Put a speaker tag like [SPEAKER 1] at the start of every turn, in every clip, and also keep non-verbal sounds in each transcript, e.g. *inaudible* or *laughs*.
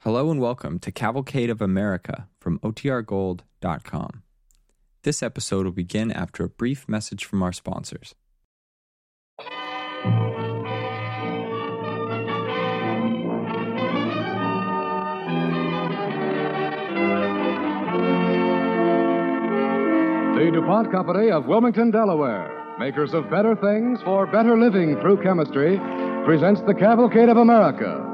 [SPEAKER 1] Hello and welcome to Cavalcade of America from OTRGold.com. This episode will begin after a brief message from our sponsors.
[SPEAKER 2] The DuPont Company of Wilmington, Delaware, makers of better things for better living through chemistry, presents the Cavalcade of America.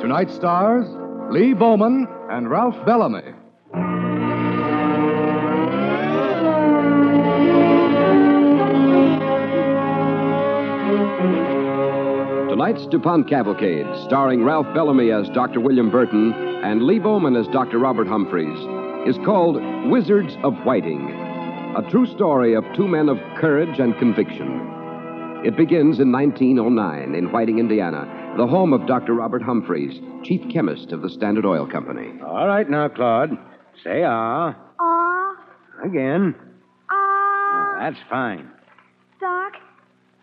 [SPEAKER 2] Tonight stars Lee Bowman and Ralph Bellamy.
[SPEAKER 3] Tonight's DuPont Cavalcade, starring Ralph Bellamy as Dr. William Burton and Lee Bowman as Dr. Robert Humphreys, is called Wizards of Whiting, a true story of two men of courage and conviction. It begins in 1909 in Whiting, Indiana, the home of Dr. Robert Humphreys, chief chemist of the Standard Oil Company.
[SPEAKER 4] All right now, Claude. Say ah.
[SPEAKER 5] Aw,
[SPEAKER 4] Again.
[SPEAKER 5] aw,
[SPEAKER 4] That's fine.
[SPEAKER 5] Doc.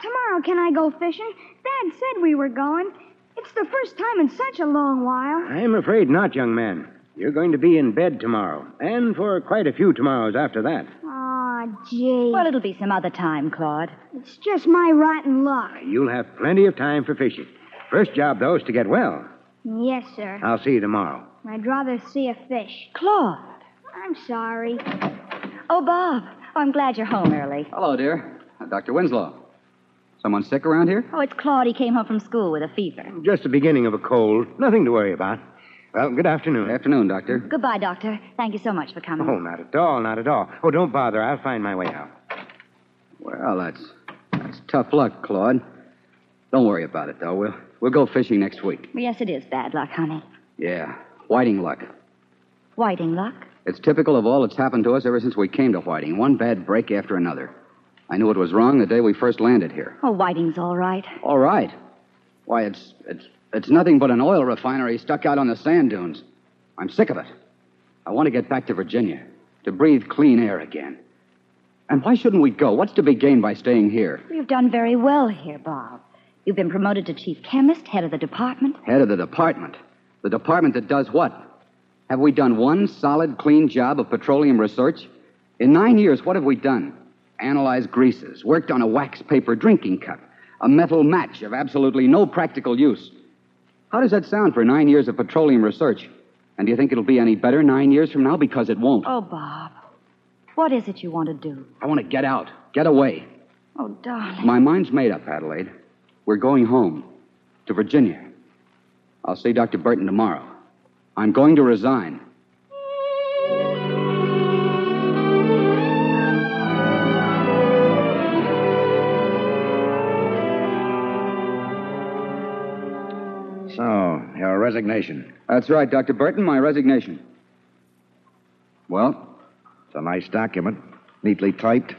[SPEAKER 5] Tomorrow can I go fishing? Dad said we were going. It's the first time in such a long while.
[SPEAKER 4] I'm afraid not, young man. You're going to be in bed tomorrow, and for quite a few tomorrows after that.
[SPEAKER 5] Aw, gee.
[SPEAKER 6] Well, it'll be some other time, Claude.
[SPEAKER 5] It's just my rotten luck.
[SPEAKER 4] You'll have plenty of time for fishing. First job, though, is to get well.
[SPEAKER 5] Yes, sir.
[SPEAKER 4] I'll see you tomorrow.
[SPEAKER 5] I'd rather see a fish.
[SPEAKER 6] Claude.
[SPEAKER 5] I'm sorry.
[SPEAKER 6] Oh, Bob. Oh, I'm glad you're home early.
[SPEAKER 7] Hello, dear. Uh, Dr. Winslow. Someone sick around here?
[SPEAKER 6] Oh, it's Claude. He came home from school with a fever.
[SPEAKER 4] Just the beginning of a cold. Nothing to worry about. Well, good afternoon.
[SPEAKER 7] Good afternoon, Doctor.
[SPEAKER 6] Goodbye, Doctor. Thank you so much for coming.
[SPEAKER 4] Oh, not at all, not at all. Oh, don't bother. I'll find my way out.
[SPEAKER 7] Well, that's that's tough luck, Claude. Don't worry about it, though. We'll we'll go fishing next week.
[SPEAKER 6] Well, yes, it is bad luck, honey.
[SPEAKER 7] Yeah, whiting luck.
[SPEAKER 6] Whiting luck.
[SPEAKER 7] It's typical of all that's happened to us ever since we came to Whiting. One bad break after another. I knew it was wrong the day we first landed here.
[SPEAKER 6] Oh, Whiting's all right.
[SPEAKER 7] All right. Why, it's it's it's nothing but an oil refinery stuck out on the sand dunes. I'm sick of it. I want to get back to Virginia to breathe clean air again. And why shouldn't we go? What's to be gained by staying here?
[SPEAKER 6] You've done very well here, Bob. You've been promoted to chief chemist, head of the department.
[SPEAKER 7] Head of the department. The department that does what? Have we done one solid, clean job of petroleum research? In nine years, what have we done? Analyzed greases, worked on a wax paper drinking cup, a metal match of absolutely no practical use. How does that sound for nine years of petroleum research? And do you think it'll be any better nine years from now? Because it won't.
[SPEAKER 6] Oh, Bob. What is it you want to do?
[SPEAKER 7] I want to get out, get away.
[SPEAKER 6] Oh, darling.
[SPEAKER 7] My mind's made up, Adelaide. We're going home to Virginia. I'll see Dr. Burton tomorrow. I'm going to resign.
[SPEAKER 4] So, your resignation.
[SPEAKER 7] That's right, Dr. Burton, my resignation. Well,
[SPEAKER 4] It's a nice document, neatly typed.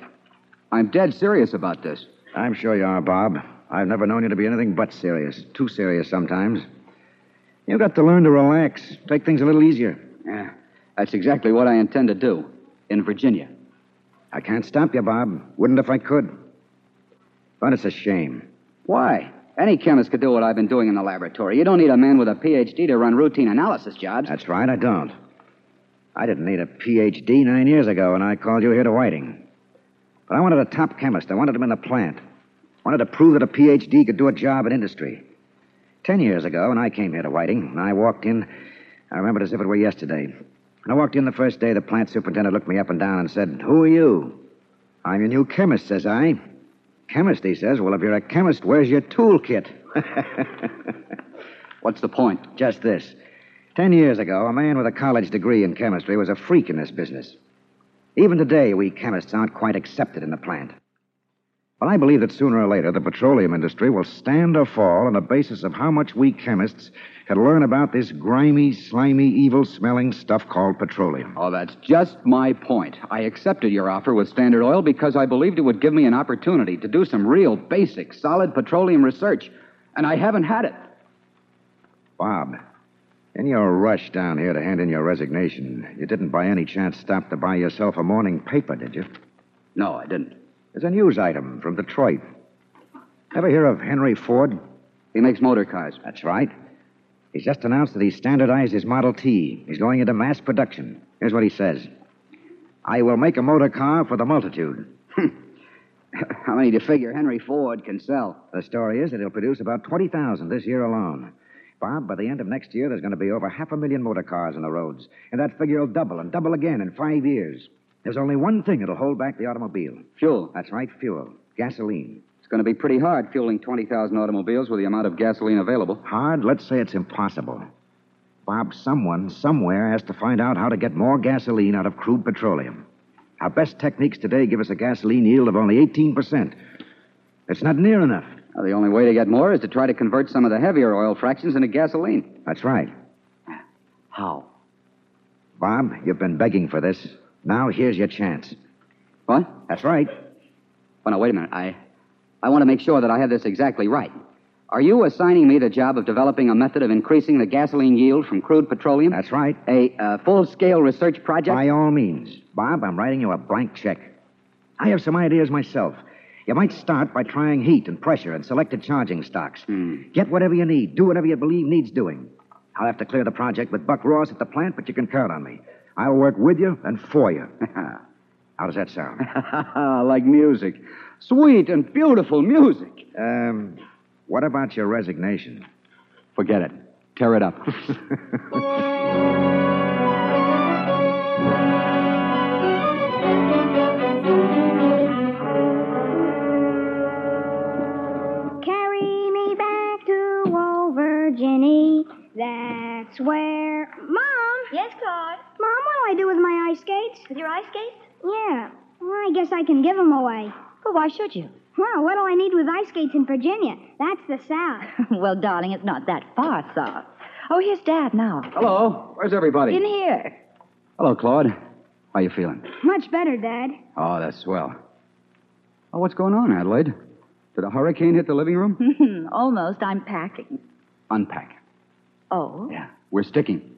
[SPEAKER 7] I'm dead serious about this.
[SPEAKER 4] I'm sure you are, Bob. I've never known you to be anything but serious. Too serious sometimes. You've got to learn to relax, take things a little easier.
[SPEAKER 7] Yeah, that's exactly what I intend to do in Virginia.
[SPEAKER 4] I can't stop you, Bob. Wouldn't if I could. But it's a shame.
[SPEAKER 7] Why? Any chemist could do what I've been doing in the laboratory. You don't need a man with a PhD to run routine analysis jobs.
[SPEAKER 4] That's right, I don't. I didn't need a PhD nine years ago when I called you here to Whiting. But I wanted a top chemist. I wanted him in the plant. Wanted to prove that a PhD could do a job in industry. Ten years ago, when I came here to Whiting, and I walked in, I remember it as if it were yesterday. When I walked in the first day, the plant superintendent looked me up and down and said, Who are you? I'm your new chemist, says I. Chemist, he says. Well, if you're a chemist, where's your toolkit? *laughs*
[SPEAKER 7] What's the point?
[SPEAKER 4] Just this. Ten years ago, a man with a college degree in chemistry was a freak in this business. Even today, we chemists aren't quite accepted in the plant. But I believe that sooner or later, the petroleum industry will stand or fall on the basis of how much we chemists can learn about this grimy, slimy, evil smelling stuff called petroleum.
[SPEAKER 7] Oh, that's just my point. I accepted your offer with Standard Oil because I believed it would give me an opportunity to do some real, basic, solid petroleum research, and I haven't had it.
[SPEAKER 4] Bob, in your rush down here to hand in your resignation, you didn't by any chance stop to buy yourself a morning paper, did you?
[SPEAKER 7] No, I didn't.
[SPEAKER 4] There's a news item from Detroit. Ever hear of Henry Ford?
[SPEAKER 7] He makes motor cars.
[SPEAKER 4] That's right. He's just announced that he's standardized his Model T. He's going into mass production. Here's what he says I will make a motor car for the multitude.
[SPEAKER 7] How many do you figure Henry Ford can sell?
[SPEAKER 4] The story is that he'll produce about 20,000 this year alone. Bob, by the end of next year, there's going to be over half a million motor cars on the roads. And that figure will double and double again in five years. There's only one thing that'll hold back the automobile.
[SPEAKER 7] Fuel.
[SPEAKER 4] That's right, fuel. Gasoline.
[SPEAKER 7] It's going to be pretty hard fueling 20,000 automobiles with the amount of gasoline available.
[SPEAKER 4] Hard, let's say it's impossible. Bob, someone, somewhere, has to find out how to get more gasoline out of crude petroleum. Our best techniques today give us a gasoline yield of only 18%. It's not near enough.
[SPEAKER 7] Now, the only way to get more is to try to convert some of the heavier oil fractions into gasoline.
[SPEAKER 4] That's right.
[SPEAKER 7] How?
[SPEAKER 4] Bob, you've been begging for this. Now here's your chance.
[SPEAKER 7] What?
[SPEAKER 4] That's right.
[SPEAKER 7] Well, now, wait a minute. I, I want to make sure that I have this exactly right. Are you assigning me the job of developing a method of increasing the gasoline yield from crude petroleum?
[SPEAKER 4] That's right.
[SPEAKER 7] A uh, full scale research project?
[SPEAKER 4] By all means. Bob, I'm writing you a blank check. I have some ideas myself. You might start by trying heat and pressure and selected charging stocks.
[SPEAKER 7] Hmm.
[SPEAKER 4] Get whatever you need. Do whatever you believe needs doing. I'll have to clear the project with Buck Ross at the plant, but you can count on me. I'll work with you and for
[SPEAKER 7] *laughs*
[SPEAKER 4] you. How does that sound?
[SPEAKER 7] like music. Sweet and beautiful music.
[SPEAKER 4] Um, what about your resignation?
[SPEAKER 7] Forget it. Tear
[SPEAKER 4] *laughs*
[SPEAKER 7] it up.
[SPEAKER 5] Carry me back to old Virginie. That's where. Mom!
[SPEAKER 6] Yes, Claude.
[SPEAKER 5] Mom, what do I do with my ice skates?
[SPEAKER 6] With your ice skates?
[SPEAKER 5] Yeah. Well, I guess I can give them away.
[SPEAKER 6] Well, why should you?
[SPEAKER 5] Well, what do I need with ice skates in Virginia? That's the South.
[SPEAKER 6] *laughs* well, darling, it's not that far south. Oh, here's Dad now.
[SPEAKER 7] Hello. Where's everybody?
[SPEAKER 6] In here.
[SPEAKER 7] Hello, Claude. How you feeling?
[SPEAKER 5] Much better, Dad.
[SPEAKER 7] Oh, that's swell. Oh, what's going on, Adelaide? Did a hurricane hit the living room?
[SPEAKER 6] *laughs* Hmm? Almost. I'm packing.
[SPEAKER 7] Unpack.
[SPEAKER 6] Oh?
[SPEAKER 7] Yeah. We're sticking.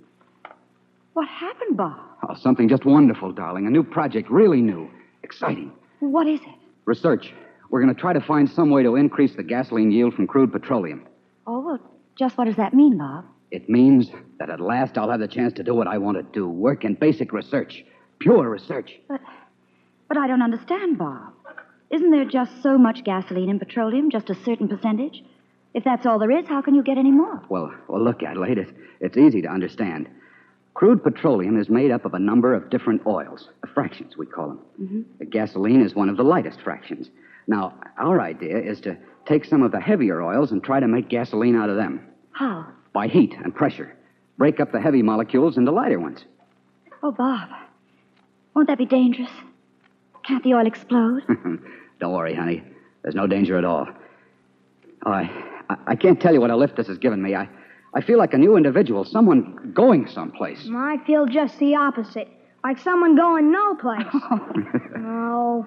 [SPEAKER 6] What happened, Bob?
[SPEAKER 7] Oh, something just wonderful, darling. A new project, really new. Exciting.
[SPEAKER 6] What is it?
[SPEAKER 7] Research. We're going to try to find some way to increase the gasoline yield from crude petroleum.
[SPEAKER 6] Oh, well, just what does that mean, Bob?
[SPEAKER 7] It means that at last I'll have the chance to do what I want to do work in basic research. Pure research.
[SPEAKER 6] But I don't understand, Bob. Isn't there just so much gasoline and petroleum, just a certain percentage? If that's all there is, how can you get any more?
[SPEAKER 7] Well, well, look, Adelaide, it's, it's easy to understand. Crude petroleum is made up of a number of different oils, fractions, we call them. The gasoline is one of the lightest fractions. Now, our idea is to take some of the heavier oils and try to make gasoline out of them
[SPEAKER 6] How?
[SPEAKER 7] by heat and pressure. Break up the heavy molecules into lighter ones.
[SPEAKER 6] Oh, Bob. Won't that be dangerous? Can't the
[SPEAKER 5] *laughs*
[SPEAKER 6] oil explode?
[SPEAKER 7] Don't worry, honey. There's no danger at all. Oh, I, I, I can't tell you what a lift this has given me. I, I feel like a new individual, someone going someplace.
[SPEAKER 6] *laughs*
[SPEAKER 5] I feel just the opposite. Like someone going no *laughs* place. oh.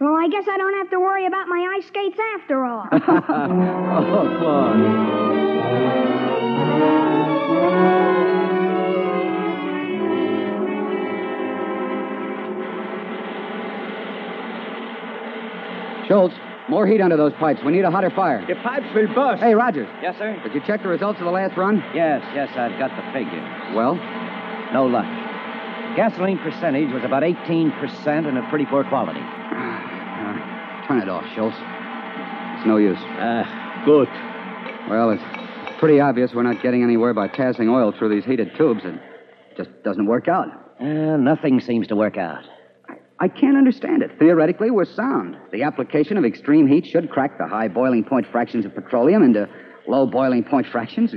[SPEAKER 5] Well, I guess I don't have to worry about my ice skates after all.
[SPEAKER 7] Oh, Claude. Schultz, more heat under those pipes. We need a hotter fire.
[SPEAKER 8] The pipes will burst.
[SPEAKER 7] Hey, Rogers,
[SPEAKER 8] Yes, sir?
[SPEAKER 7] did you check the results of the last run?
[SPEAKER 8] Yes, yes, I've got the figure.
[SPEAKER 7] Well,
[SPEAKER 8] No luck. Gasoline percentage was about 18% and of pretty poor quality.
[SPEAKER 7] uh, turn it off, Schultz. It's no use.
[SPEAKER 8] Ah, good.
[SPEAKER 7] Well, it's pretty obvious we're not getting anywhere by passing oil through these heated tubes. It just doesn't work out.
[SPEAKER 8] Uh, nothing seems to work out.
[SPEAKER 7] I can't understand it. Theoretically, we're sound. The application of extreme heat should crack the high boiling point fractions of petroleum into low boiling point fractions.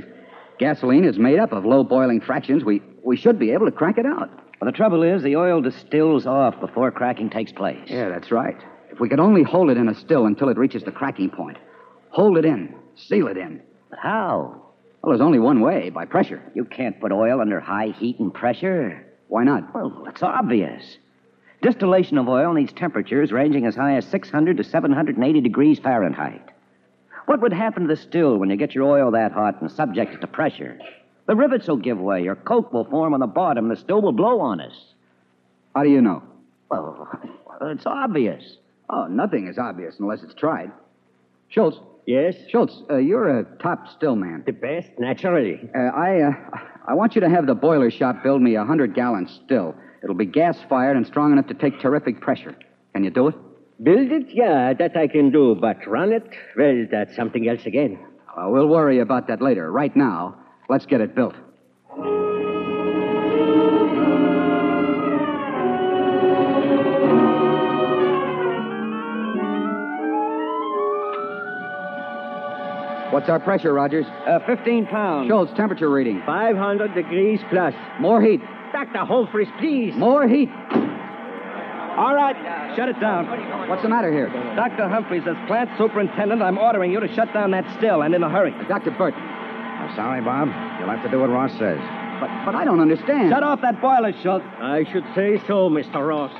[SPEAKER 7] Gasoline is made up of low boiling fractions. We, we should be able to crack it out.
[SPEAKER 8] Well, the trouble is, the oil distills off before cracking takes place.
[SPEAKER 7] Yeah, that's right. If we could only hold it in a still until it reaches the cracking point, hold it in, seal it in.
[SPEAKER 8] But how?
[SPEAKER 7] Well, there's only one way by pressure.
[SPEAKER 8] You can't put oil under high heat and pressure.
[SPEAKER 7] Why not?
[SPEAKER 8] Well, it's obvious. Distillation of oil needs temperatures ranging as high as 600 to 780 degrees Fahrenheit. What would happen to the still when you get your oil that hot and subject it to pressure? The rivets will give way, your coke will form on the bottom, the still will blow on us.
[SPEAKER 7] How do you know?
[SPEAKER 8] Well, *laughs* it's obvious.
[SPEAKER 7] Oh, nothing is obvious unless it's tried. Schultz,
[SPEAKER 9] Yes?
[SPEAKER 7] Schultz, uh, you're a top still man.
[SPEAKER 9] The best, naturally.
[SPEAKER 7] Uh, I, uh, I want you to have the boiler shop build me a 100 gallon still. It'll be gas fired and strong enough to take terrific pressure. Can you do it?
[SPEAKER 9] Build it? Yeah, that I can do. But run it? Well, that's something else again.
[SPEAKER 7] Uh, we'll worry about that later. Right now, let's get it built. What's our pressure, Rogers?
[SPEAKER 8] Uh, 15 pounds.
[SPEAKER 7] Schultz, temperature reading.
[SPEAKER 9] 500 degrees plus.
[SPEAKER 7] More heat.
[SPEAKER 9] Dr. Humphreys, please.
[SPEAKER 7] More heat.
[SPEAKER 9] All right, shut it down.
[SPEAKER 7] What's the matter here?
[SPEAKER 9] Dr. Humphreys, as plant superintendent, I'm ordering you to shut down that still and in a hurry.
[SPEAKER 7] Dr. Burton.
[SPEAKER 4] Uh, I'm sorry, Bob. You'll have to do what Ross says.
[SPEAKER 7] But, but I don't understand.
[SPEAKER 9] Shut off that boiler, Schultz. I should say so, Mr. Ross.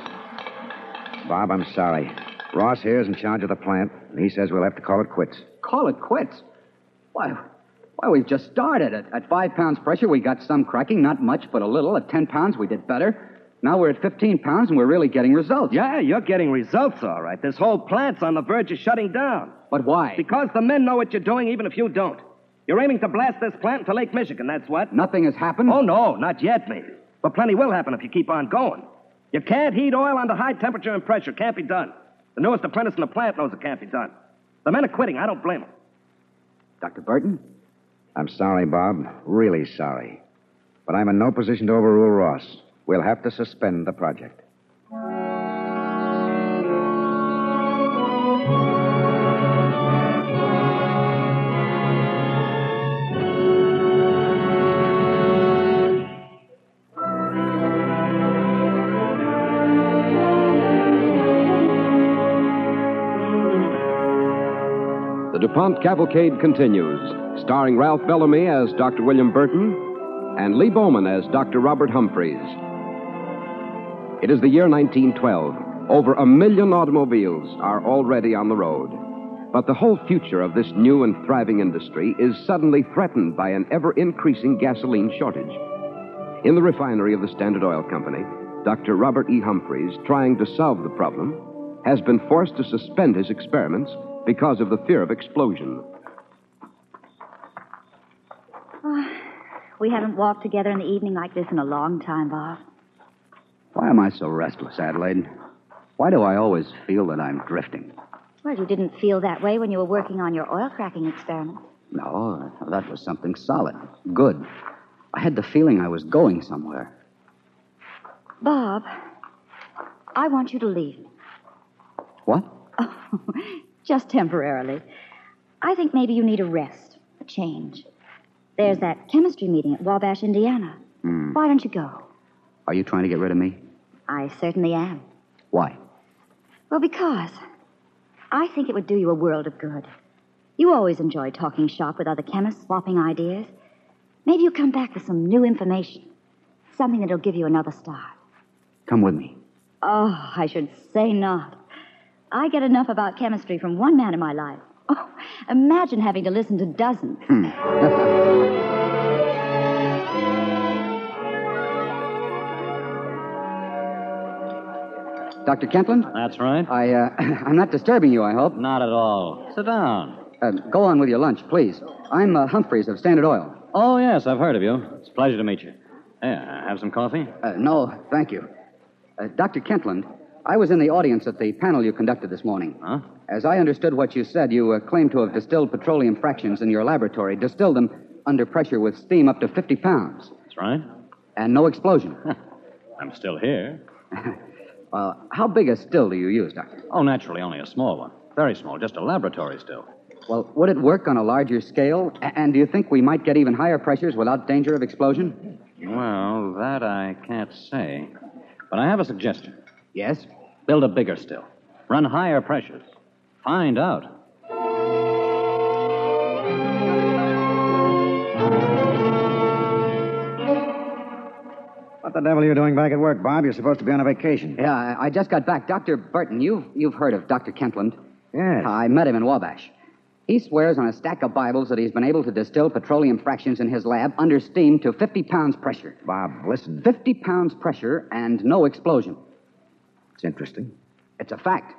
[SPEAKER 4] Bob, I'm sorry. Ross here is in charge of the plant, and he says we'll have to call it quits.
[SPEAKER 7] Call it quits. Why, why, we've just started. At, at five pounds pressure, we got some cracking, not much, but a little. At 10 pounds, we did better. Now we're at 15 pounds, and we're really getting results.
[SPEAKER 9] Yeah, you're getting results, all right. This whole plant's on the verge of shutting down.
[SPEAKER 7] But why?
[SPEAKER 9] Because the men know what you're doing, even if you don't. You're aiming to blast this plant to Lake Michigan, that's what.
[SPEAKER 7] Nothing has happened.
[SPEAKER 9] Oh, no, not yet, maybe. But plenty will happen if you keep on going. You can't heat oil under high temperature and pressure. Can't be done. The newest apprentice in the plant knows it can't be done. The men are quitting. I don't blame them.
[SPEAKER 7] Dr. Burton?
[SPEAKER 4] I'm sorry, Bob. Really sorry. But I'm in no position to overrule Ross. We'll have to suspend the project.
[SPEAKER 3] The DuPont Cavalcade continues, starring Ralph Bellamy as Dr. William Burton and Lee Bowman as Dr. Robert Humphreys. It is the year 1912. Over a million automobiles are already on the road. But the whole future of this new and thriving industry is suddenly threatened by an ever increasing gasoline shortage. In the refinery of the Standard Oil Company, Dr. Robert E. Humphreys, trying to solve the problem, has been forced to suspend his experiments because of the fear of explosion.
[SPEAKER 6] We haven't walked together in the evening like this in a long time, Bob.
[SPEAKER 7] Why am I so restless, Adelaide? Why do I always feel that I'm drifting?
[SPEAKER 6] Well, you didn't feel that way when you were working on your oil cracking experiment.
[SPEAKER 7] No, that was something solid, good. I had the feeling I was going somewhere.
[SPEAKER 6] Bob, I want you to leave me.
[SPEAKER 7] What?
[SPEAKER 6] Just temporarily. I think maybe you need a rest, a change. There's that chemistry meeting at Wabash, Indiana. Why don't you go?
[SPEAKER 7] Are you trying to get rid of me?
[SPEAKER 6] Hmm. I certainly am.
[SPEAKER 7] Why?
[SPEAKER 6] Well, because I think it would do you a world of good. You always enjoy talking shop with other chemists, swapping ideas. Maybe you come back with some new information, something that'll give you another start.
[SPEAKER 7] Come with me.
[SPEAKER 6] Oh, I should say not. I get enough about chemistry from one man in my life. Oh, imagine having to listen to dozens.
[SPEAKER 7] Dr. Kentland?
[SPEAKER 10] That's right.
[SPEAKER 7] I, uh, *laughs* I'm not disturbing you, I hope.
[SPEAKER 10] Not at all. Sit down.
[SPEAKER 7] Uh, go on with your lunch, please. I'm uh, Humphreys of Standard Oil.
[SPEAKER 10] Oh, yes, I've heard of you. It's a pleasure to meet you. Yeah, have some coffee?
[SPEAKER 7] Uh, no, thank you. Uh, Dr. Kentland, I was in the audience at the panel you conducted this morning.
[SPEAKER 10] Huh?
[SPEAKER 7] As I understood what you said, you uh, claimed to have distilled petroleum fractions in your laboratory, distilled them under pressure with steam up to 50 pounds,
[SPEAKER 10] That's right.
[SPEAKER 7] and no explosion.
[SPEAKER 10] I'm still here.
[SPEAKER 7] uh, how big a still do you use, Doctor?
[SPEAKER 10] Oh, naturally, only a small one. Very small, just a laboratory still.
[SPEAKER 7] Well, would it work on a larger scale? A- and do you think we might get even higher pressures without danger of explosion?
[SPEAKER 10] Well, that I can't say. But I have a suggestion.
[SPEAKER 7] Yes.
[SPEAKER 10] Build a bigger still. Run higher pressures. Find out.
[SPEAKER 4] What the devil are you doing back at work, Bob? You're supposed to be on a vacation.
[SPEAKER 7] Yeah, I- I just got back. Dr. Burton, you've, you've heard of Dr. Kentland.
[SPEAKER 4] Yes.
[SPEAKER 7] I met him in Wabash. He swears on a stack of Bibles that he's been able to distill petroleum fractions in his lab under steam to 50 pounds pressure.
[SPEAKER 4] Bob, listen.
[SPEAKER 7] 50 pounds pressure and no explosion.
[SPEAKER 4] It's interesting.
[SPEAKER 7] It's a fact.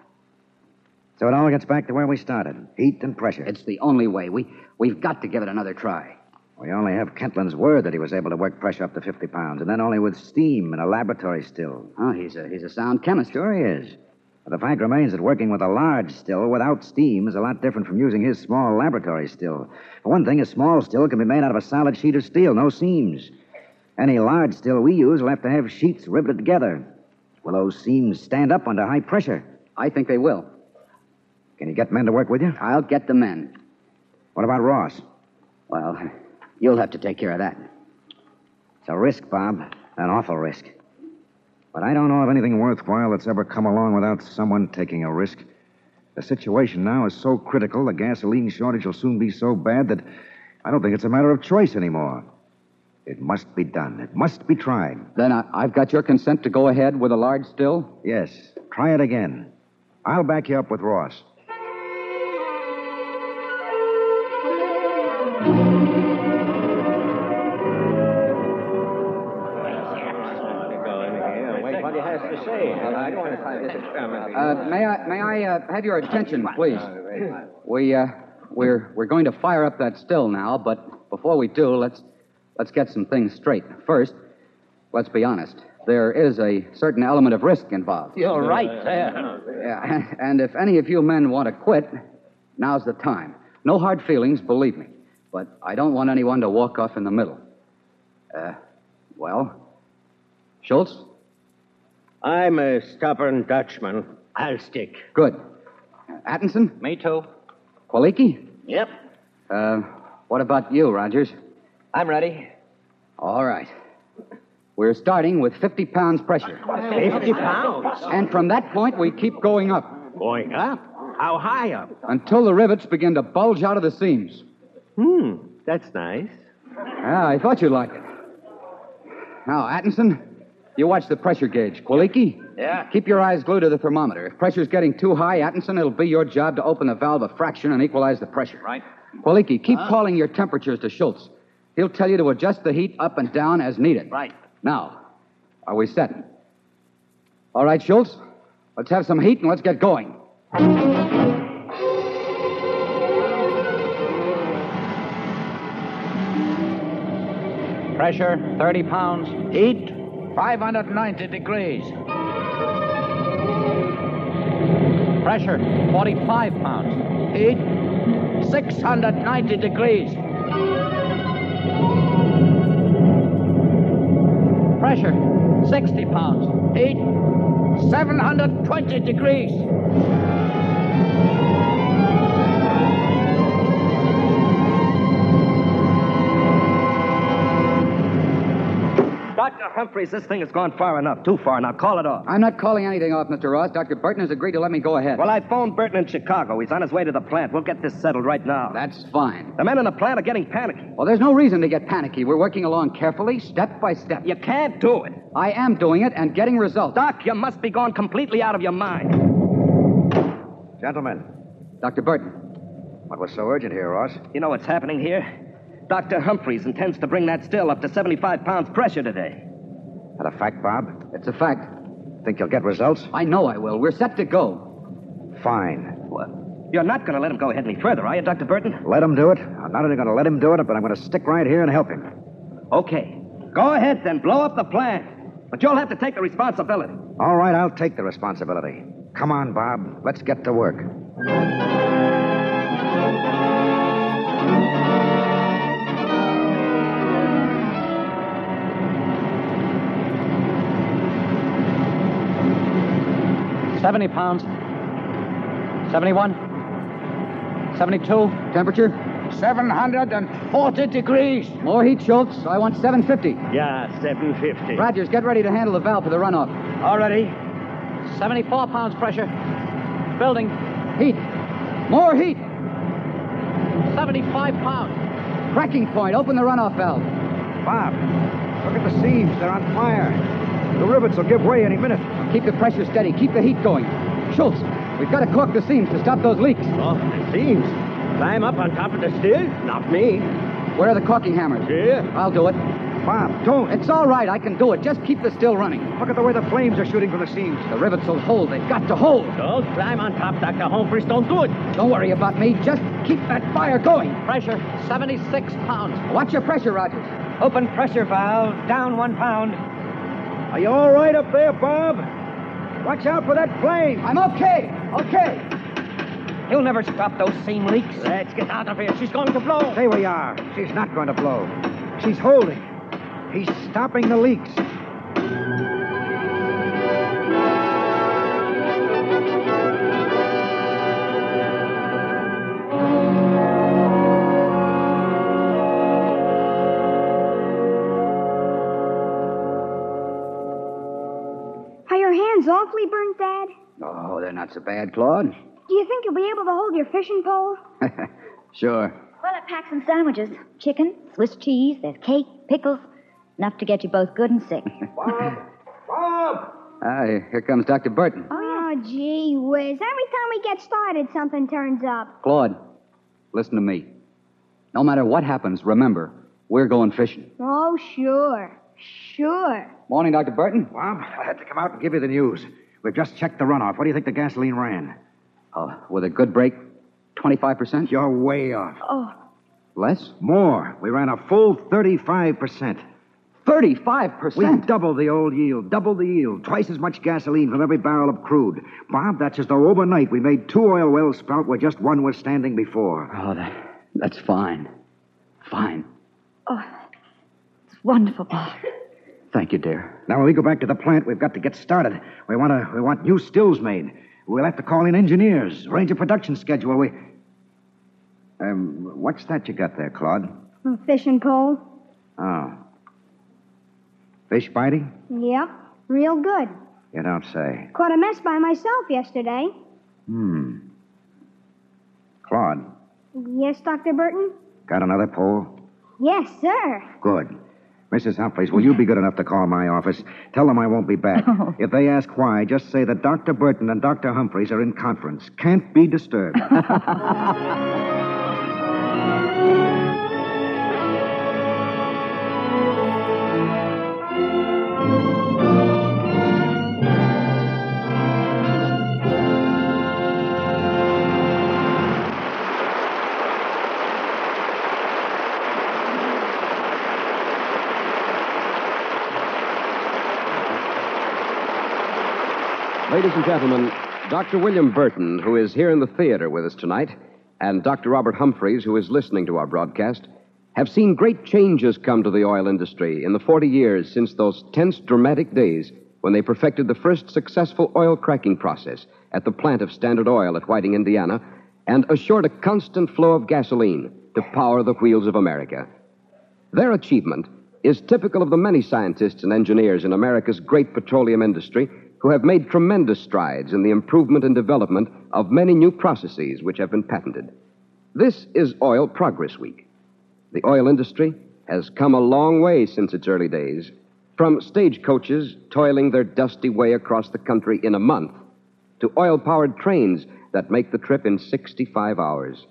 [SPEAKER 4] So it all gets back to where we started heat and pressure.
[SPEAKER 7] It's the only way. We, we've got to give it another try.
[SPEAKER 4] We only have Kentland's word that he was able to work pressure up to 50 pounds, and then only with steam in a laboratory still.
[SPEAKER 7] Oh, he's a, he's a sound chemist.
[SPEAKER 4] Sure he is. But the fact remains that working with a large still without steam is a lot different from using his small laboratory still. For one thing, a small still can be made out of a solid sheet of steel, no seams. Any large still we use will have to have sheets riveted together. Will those seams stand up under high pressure?
[SPEAKER 7] I think they will.
[SPEAKER 4] Can you get men to work with you?
[SPEAKER 7] I'll get the men.
[SPEAKER 4] What about Ross?
[SPEAKER 7] Well, you'll have to take care of that.
[SPEAKER 4] It's a risk, Bob. An awful risk. But I don't know of anything worthwhile that's ever come along without someone taking a risk. The situation now is so critical, the gasoline shortage will soon be so bad that I don't think it's a matter of choice anymore. It must be done. It must be tried.
[SPEAKER 7] Then I, I've got your consent to go ahead with a large still?
[SPEAKER 4] Yes. Try it again. I'll back you up with Ross.
[SPEAKER 7] Uh, may I, may I uh, have your attention, please? We, uh, we're, we're going to fire up that still now, but before we do, let's, let's get some things straight. First, let's be honest. There is a certain element of risk involved.
[SPEAKER 11] You're right uh, there.
[SPEAKER 7] Yeah, *laughs* and if any of you men want to quit, now's the time. No hard feelings, believe me. But I don't want anyone to walk off in the middle. Uh, well, Schultz?
[SPEAKER 11] I'm a stubborn Dutchman. I'll stick.
[SPEAKER 7] Good. Uh, Atkinson?
[SPEAKER 11] Me too.
[SPEAKER 7] Kwaliki?
[SPEAKER 11] Yep.
[SPEAKER 7] Uh, what about you, Rogers?
[SPEAKER 11] I'm ready.
[SPEAKER 7] All right. We're starting with 50 pounds pressure.
[SPEAKER 11] 50 pounds?
[SPEAKER 7] And from that point, we keep going up
[SPEAKER 11] Going up? How high up?
[SPEAKER 7] until the rivets begin to bulge out of the seams.
[SPEAKER 11] Hmm, that's nice.
[SPEAKER 7] Ah, I thought you'd like it. Now, Atkinson, you watch the pressure gauge. Kwaliki?
[SPEAKER 11] Yeah.
[SPEAKER 7] Keep your eyes glued to the thermometer. If pressure's getting too high, Atkinson, it'll be your job to open the valve a fraction and equalize the pressure.
[SPEAKER 11] Right.
[SPEAKER 7] Kwaliki, keep calling your temperatures to Schultz. He'll tell you to adjust the heat up and down as needed.
[SPEAKER 11] Right.
[SPEAKER 7] Now, are we set? All right, Schultz, let's have some heat and let's get going.
[SPEAKER 11] Pressure, 30 pounds. Heat, 590 degrees. Pressure, 45 pounds. Heat, 690 degrees. Pressure, 60 pounds. Heat, 720 degrees.
[SPEAKER 9] Dr. Humphreys, this thing has gone far enough. Too far. Now call it off.
[SPEAKER 7] I'm not calling anything off, Mr. Ross. Dr. Burton has agreed to let me go ahead.
[SPEAKER 9] Well, I phoned Burton in Chicago. He's on his way to the plant. We'll get this settled right now.
[SPEAKER 7] that's fine.
[SPEAKER 9] The men in the plant are getting panicky.
[SPEAKER 7] Well, there's no reason to get panicky. We're working along carefully, step by step.
[SPEAKER 9] You can't do it.
[SPEAKER 7] I am doing it and getting results.
[SPEAKER 9] Doc, you must be gone completely out of your mind.
[SPEAKER 4] Gentlemen,
[SPEAKER 7] Dr. Burton,
[SPEAKER 4] what was so urgent here, Ross?
[SPEAKER 9] You know what's happening here? Dr. Humphreys intends to bring that still up to 75 pounds pressure today.
[SPEAKER 4] That a fact, Bob?
[SPEAKER 7] it's a fact.
[SPEAKER 4] Think you'll get results?
[SPEAKER 7] I know I will. We're set to go.
[SPEAKER 4] Fine.
[SPEAKER 9] Well, you're not going to let him go ahead any further, are you, Dr. Burton?
[SPEAKER 4] Let him do it. I'm not only going to let him do it, but I'm going to stick right here and help him.
[SPEAKER 9] Okay. Go ahead, then. Blow up the plant. But you'll have to take the responsibility.
[SPEAKER 4] All right, I'll take the responsibility. Come on, Bob. Let's get to work.
[SPEAKER 10] Seventy pounds. Seventy-one. Seventy-two.
[SPEAKER 7] Temperature?
[SPEAKER 11] 740 degrees.
[SPEAKER 7] More heat, Schultz. I want 750.
[SPEAKER 11] Yeah, 750.
[SPEAKER 7] Rogers, get ready to handle the valve for the runoff.
[SPEAKER 11] All ready?
[SPEAKER 10] Seventy-four pounds pressure. Building.
[SPEAKER 7] Heat. More heat.
[SPEAKER 10] Seventy-five pounds.
[SPEAKER 7] Cracking point. Open the runoff valve.
[SPEAKER 4] Bob, look at the seams. They're on fire. The rivets will give way any minute.
[SPEAKER 7] Keep the pressure steady. Keep the heat going. Schultz, we've got to cork the seams to stop those leaks.
[SPEAKER 11] Oh, the seams. Climb up on top of the still? Not me.
[SPEAKER 7] Where are the caulking hammers?
[SPEAKER 11] Here.
[SPEAKER 7] I'll do it.
[SPEAKER 12] Bob,
[SPEAKER 7] don't. It's all right. I can do it. Just keep the still running.
[SPEAKER 12] Look at the way the flames are shooting from the seams.
[SPEAKER 7] The rivets will hold. They've got to hold.
[SPEAKER 13] Don't climb on top, Dr. Humphries. Don't do it.
[SPEAKER 7] Don't worry about me. Just keep that fire going.
[SPEAKER 14] Pressure, 76 pounds.
[SPEAKER 7] Watch your pressure, Rogers.
[SPEAKER 14] Open pressure valve, down one pound.
[SPEAKER 13] Are you all right up there, Bob? Watch out for that flame.
[SPEAKER 7] I'm okay. Okay.
[SPEAKER 14] He'll never stop those seam leaks.
[SPEAKER 13] Let's get out of here. She's going to blow.
[SPEAKER 12] Stay where you are. She's not going to blow. She's holding. He's stopping the leaks.
[SPEAKER 6] *laughs* Are your hands awfully burnt, Dad?
[SPEAKER 7] Oh, they're not so bad, Claude.
[SPEAKER 6] Do you think you'll be able to hold your fishing pole?
[SPEAKER 7] Sure.
[SPEAKER 15] Well, I packed some sandwiches chicken, Swiss cheese, there's cake, pickles. Enough to get you both good and sick.
[SPEAKER 7] Ah, here comes Dr. Burton.
[SPEAKER 6] Oh, gee whiz. Every time we get started, something turns up.
[SPEAKER 7] Claude, listen to me. No matter what happens, remember, we're going fishing.
[SPEAKER 6] Oh, sure. Sure.
[SPEAKER 7] Morning, Dr. Burton.
[SPEAKER 12] Bob, I had to come out and give you the news. We've just checked the runoff. What do you think the gasoline ran?
[SPEAKER 7] Oh, with a good break, 25%?
[SPEAKER 12] You're way off.
[SPEAKER 6] Oh,
[SPEAKER 7] Less?
[SPEAKER 12] More. We ran a full 35%.
[SPEAKER 7] 35%?
[SPEAKER 12] We doubled the old yield, doubled the yield, twice as much gasoline from every barrel of crude. Bob, that's as though overnight we made two oil wells sprout where just one was standing before.
[SPEAKER 7] Oh, that, that's fine. Fine.
[SPEAKER 15] It's wonderful, Bob.
[SPEAKER 7] Thank you, dear.
[SPEAKER 12] Now, when we go back to the plant, we've got to get started. We want to. We want new stills made. We'll have to call in engineers, arrange a production schedule. We. Um, what's that you got there, Claude?
[SPEAKER 6] a fishing pole?
[SPEAKER 12] Oh. Fish biting?
[SPEAKER 6] Yep. Real good.
[SPEAKER 12] You don't say.
[SPEAKER 6] Caught a mess by myself yesterday.
[SPEAKER 12] Hmm. Claude,
[SPEAKER 6] Yes, Dr. Burton?
[SPEAKER 12] got another pole?
[SPEAKER 6] Yes, sir.
[SPEAKER 12] Good. Mrs. Humphreys, will you be good enough to call my office? Tell them I won't be back. If they ask why, just say that Dr. Burton and Dr. Humphreys are in conference. Can't be disturbed.
[SPEAKER 4] Ladies and gentlemen, Dr. William Burton, who is here in the theater with us tonight, and Dr. Robert Humphreys, who is listening to our broadcast, have seen great changes come to the oil industry in the 40 years since those tense, dramatic days when they perfected the first successful oil cracking process at the plant of Standard Oil at Whiting, Indiana, and assured a constant flow of gasoline to power the wheels of America. Their achievement is typical of the many scientists and engineers in America's great petroleum industry who have made tremendous strides in the improvement and development of many new processes which have been patented. This is Oil Progress Week. The oil industry has come a long way since its early days, from stagecoaches toiling their dusty way across the country in a month to oil powered trains that make the trip in 65 hours.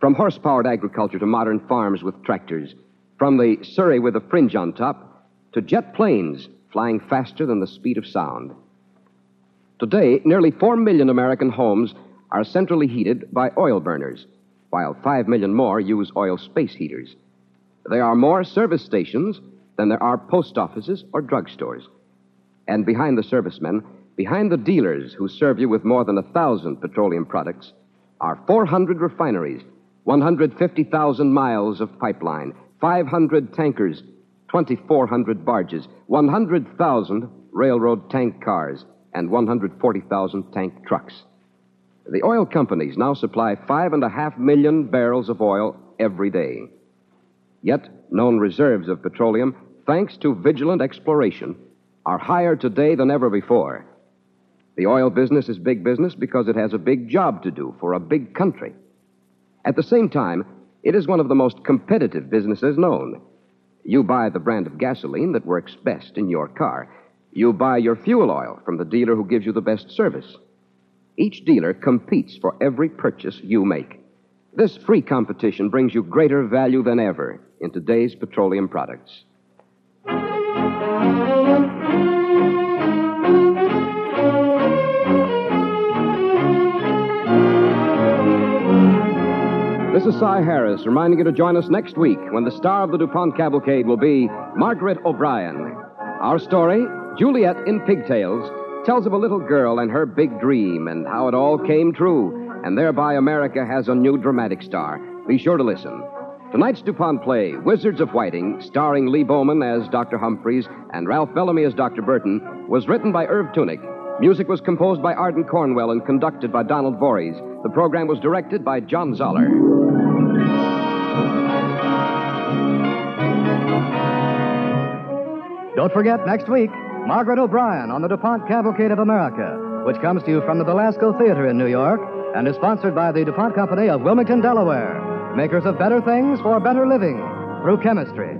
[SPEAKER 4] From horse powered agriculture to modern farms with tractors, from the Surrey with a fringe on top to jet planes flying faster than the speed of sound. Today, nearly 4 million American homes are centrally heated by oil burners, while 5 million more use oil space heaters. There are more service stations than there are post offices or drugstores. And behind the servicemen, behind the dealers who serve you with more than a thousand petroleum products, are 400 refineries, 150,000 miles of pipeline, 500 tankers, 2,400 barges, 100,000 railroad tank cars, and 140,000 tank trucks. The oil companies now supply 5.5 million barrels of oil every day. Yet, known reserves of petroleum, thanks to vigilant exploration, are higher today than ever before. The oil business is big business because it has a big job to do for a big country. At the same time, it is one of the most competitive businesses known. You buy the brand of gasoline that works best in your car. You buy your fuel oil from the dealer who gives you the best service. Each dealer competes for every purchase you make. This free competition brings you greater value than ever in today's petroleum products. is Cy Harris reminding you to join us next week when the star of the DuPont Cavalcade will be Margaret O'Brien. Our story, Juliet in Pigtails, tells of a little girl and her big dream and how it all came true, and thereby America has a new dramatic star. Be sure to listen. Tonight's DuPont play, Wizards of Whiting, starring Lee Bowman as Dr. Humphreys and Ralph Bellamy as Dr. Burton, was written by Irv Tunick. Music was composed by Arden Cornwell and conducted by Donald Voorhees. The program was directed by John Zoller.
[SPEAKER 7] Don't forget next week, Margaret O'Brien on the DuPont Cavalcade of America, which comes to you from the Belasco Theater in New York and is sponsored by the DuPont Company of Wilmington, Delaware, makers of better things for better living through chemistry.